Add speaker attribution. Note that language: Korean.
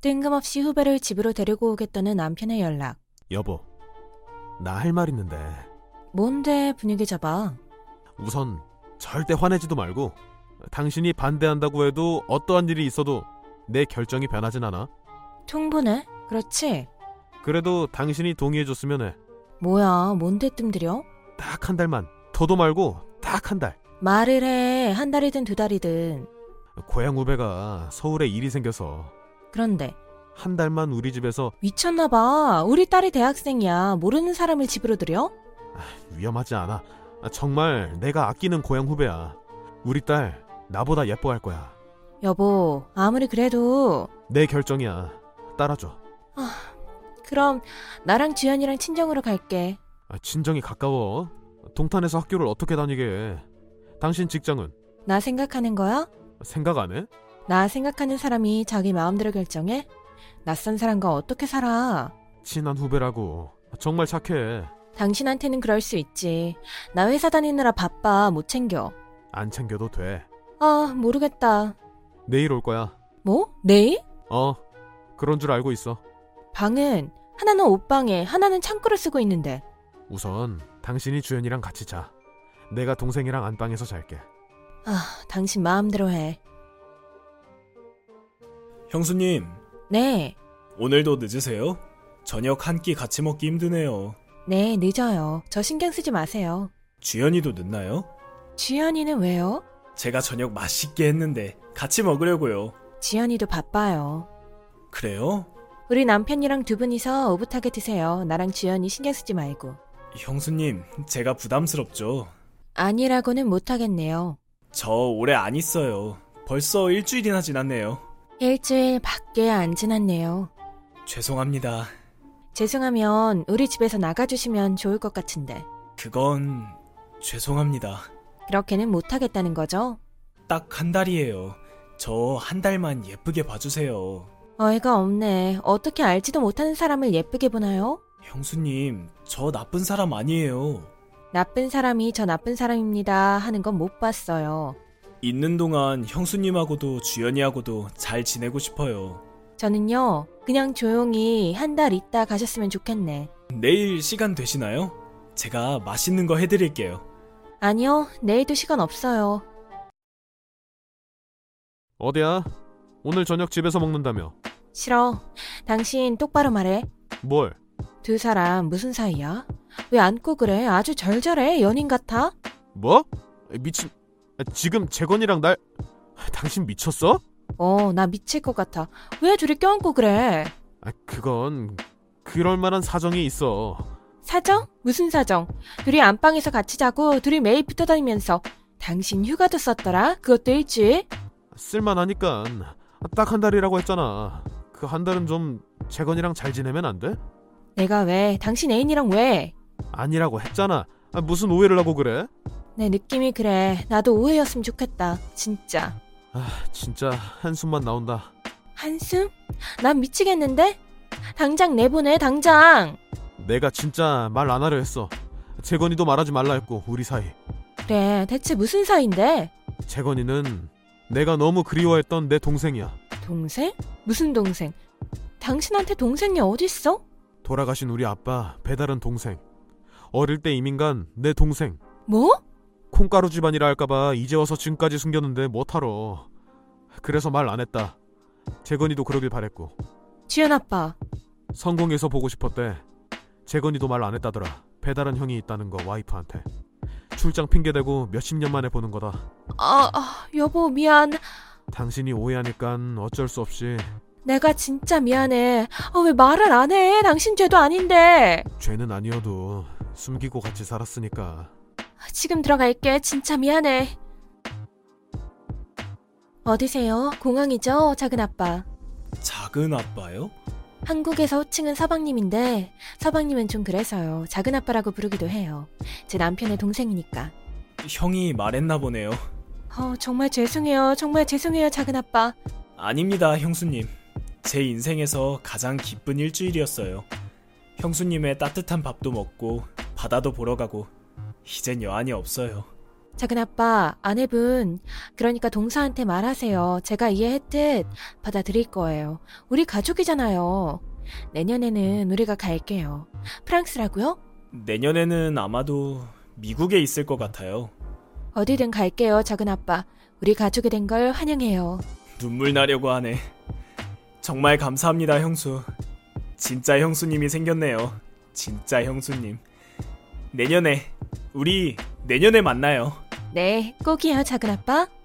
Speaker 1: 뜬금없이 후배를 집으로 데리고 오겠다는 남편의 연락.
Speaker 2: 여보, 나 할 말 있는데
Speaker 1: 뭔데 분위기 잡아?
Speaker 2: 우선 절대 화내지도 말고 당신이 반대한다고 해도 어떠한 일이 있어도 내 결정이 변하진 않아.
Speaker 1: 통보네? 그렇지?
Speaker 2: 그래도 당신이 동의해줬으면 해.
Speaker 1: 뭐야, 뭔데 뜸들여?
Speaker 2: 딱 한 달만. 더도 말고 딱 한 달.
Speaker 1: 말을 해. 한 달이든 두 달이든.
Speaker 2: 고향 후배가 서울에 일이 생겨서
Speaker 1: 그런데
Speaker 2: 한 달만 우리 집에서
Speaker 1: 미쳤나봐. 우리 딸이 대학생이야. 모르는 사람을 집으로 들여?
Speaker 2: 위험하지 않아. 아, 정말 내가 아끼는 고향 후배야. 우리 딸 나보다 예뻐할 거야.
Speaker 1: 여보, 아무리 그래도
Speaker 2: 내 결정이야. 따라줘.
Speaker 1: 그럼 나랑 주연이랑 친정으로 갈게.
Speaker 2: 아, 친정이 가까워. 동탄에서 학교를 어떻게 다니게 해. 당신 직장은
Speaker 1: 나 생각하는 거야?
Speaker 2: 생각 안 해?
Speaker 1: 나 생각하는 사람이 자기 마음대로 결정해? 낯선 사람과 어떻게 살아?
Speaker 2: 친한 후배라고. 정말 착해.
Speaker 1: 당신한테는 그럴 수 있지. 나 회사 다니느라 바빠. 못 챙겨.
Speaker 2: 안 챙겨도 돼.
Speaker 1: 아, 모르겠다.
Speaker 2: 내일 올 거야.
Speaker 1: 뭐? 내일?
Speaker 2: 어, 그런 줄 알고 있어.
Speaker 1: 방은 하나는 옷방에, 하나는 창고를 쓰고 있는데.
Speaker 2: 우선 당신이 주연이랑 같이 자. 내가 동생이랑 안방에서 잘게.
Speaker 1: 아, 당신 마음대로 해.
Speaker 3: 형수님,
Speaker 1: 네,
Speaker 3: 오늘도 늦으세요? 저녁 한 끼 같이 먹기 힘드네요.
Speaker 1: 네, 늦어요. 저 신경 쓰지 마세요.
Speaker 3: 주연이도 늦나요?
Speaker 1: 지연이는 왜요?
Speaker 3: 제가 저녁 맛있게 했는데 같이 먹으려고요.
Speaker 1: 지연이도 바빠요.
Speaker 3: 그래요?
Speaker 1: 우리 남편이랑 두 분이서 오붓하게 드세요. 나랑 지연이 신경 쓰지 말고.
Speaker 3: 형수님, 제가 부담스럽죠.
Speaker 1: 아니라고는 못하겠네요.
Speaker 3: 저 오래 안 있어요. 벌써 일주일이나 지났네요.
Speaker 1: 일주일 밖에 안 지났네요.
Speaker 3: 죄송합니다.
Speaker 1: 죄송하면 우리 집에서 나가주시면 좋을 것 같은데.
Speaker 3: 그건 죄송합니다.
Speaker 1: 그렇게는 못하겠다는 거죠?
Speaker 3: 딱 한 달이에요. 저 한 달만 예쁘게 봐주세요.
Speaker 1: 어이가 없네. 어떻게 알지도 못하는 사람을 예쁘게 보나요?
Speaker 3: 형수님, 저 나쁜 사람 아니에요.
Speaker 1: 나쁜 사람이 저 나쁜 사람입니다 하는 건 못 봤어요.
Speaker 3: 있는 동안 형수님하고도 주연이하고도 잘 지내고 싶어요.
Speaker 1: 저는요, 그냥 조용히 한 달 있다 가셨으면 좋겠네.
Speaker 3: 내일 시간 되시나요? 제가 맛있는 거 해드릴게요.
Speaker 1: 아니요, 내일도 시간 없어요.
Speaker 2: 어디야? 오늘 저녁 집에서 먹는다며.
Speaker 1: 싫어. 당신 똑바로 말해.
Speaker 2: 뭘?
Speaker 1: 두 사람 무슨 사이야? 왜 안고 그래? 아주 절절해. 연인 같아?
Speaker 2: 뭐? 미친. 아, 지금 재건이랑 날. 당신 미쳤어?
Speaker 1: 어, 나 미칠 것 같아. 왜 둘이 껴안고 그래?
Speaker 2: 아, 그건 그럴 만한 사정이 있어.
Speaker 1: 사정? 무슨 사정? 둘이 안방에서 같이 자고 둘이 매일 붙어 다니면서 당신 휴가도 썼더라? 그것도 일주일?
Speaker 2: 쓸만하니까 딱 한 달이라고 했잖아. 그 한 달은 좀 재건이랑 잘 지내면 안 돼?
Speaker 1: 내가 왜? 당신 애인이랑 왜?
Speaker 2: 아니라고 했잖아. 아, 무슨 오해를 하고 그래?
Speaker 1: 내 느낌이 그래. 나도 오해였으면 좋겠다. 진짜.
Speaker 2: 아, 진짜 한숨만 나온다.
Speaker 1: 한숨? 난 미치겠는데? 당장 내보내, 당장!
Speaker 2: 내가 진짜 말 안 하려 했어. 재건이도 말하지 말라 했고 우리 사이.
Speaker 1: 그래, 대체 무슨 사이인데?
Speaker 2: 재건이는 내가 너무 그리워했던 내 동생이야.
Speaker 1: 동생? 무슨 동생? 당신한테 동생이 어딨어?
Speaker 2: 돌아가신 우리 아빠 배다른 동생. 어릴 때 이민간 내 동생.
Speaker 1: 뭐?
Speaker 2: 콩가루 집안이라 할까봐 이제 와서 지금까지 숨겼는데 뭐하러 그래서 말 안 했다 재건이도 그러길 바랬고
Speaker 1: 주연 아빠.
Speaker 2: 성공해서 보고 싶었대 재건이도 말 안 했다더라 배달한 형이 있다는 거 와이프한테 출장 핑계대고 몇십 년 만에 보는 거다
Speaker 1: 아, 아, 여보, 미안.
Speaker 2: 당신이 오해하니깐 어쩔 수 없이
Speaker 1: 내가 진짜 미안해. 아, 왜 말을 안 해? 당신 죄도 아닌데.
Speaker 2: 죄는 아니어도 숨기고 같이 살았으니까
Speaker 1: 지금 들어갈게. 진짜 미안해. 어디세요? 공항이죠? 작은 아빠.
Speaker 3: 작은 아빠요?
Speaker 1: 한국에서 호칭은 서방님인데 서방님은 좀 그래서요. 작은 아빠라고 부르기도 해요. 제 남편의 동생이니까.
Speaker 3: 형이 말했나 보네요.
Speaker 1: 어, 정말 죄송해요. 정말 죄송해요, 작은 아빠.
Speaker 3: 아닙니다, 형수님. 제 인생에서 가장 기쁜 일주일이었어요. 형수님의 따뜻한 밥도 먹고 바다도 보러 가고 이젠 여한이 없어요.
Speaker 1: 작은 아빠, 아내분, 그러니까 동사한테 말하세요. 제가 이해했듯 받아들일 거예요. 우리 가족이잖아요. 내년에는 우리가 갈게요. 프랑스라고요?
Speaker 3: 내년에는 아마도 미국에 있을 것 같아요.
Speaker 1: 어디든 갈게요, 작은 아빠. 우리 가족이 된 걸 환영해요.
Speaker 3: 눈물 나려고 하네. 정말 감사합니다, 형수. 진짜 형수님이 생겼네요. 진짜 형수님. 내년에, 우리 내년에 만나요.
Speaker 1: 네, 꼭이요, 작은 아빠.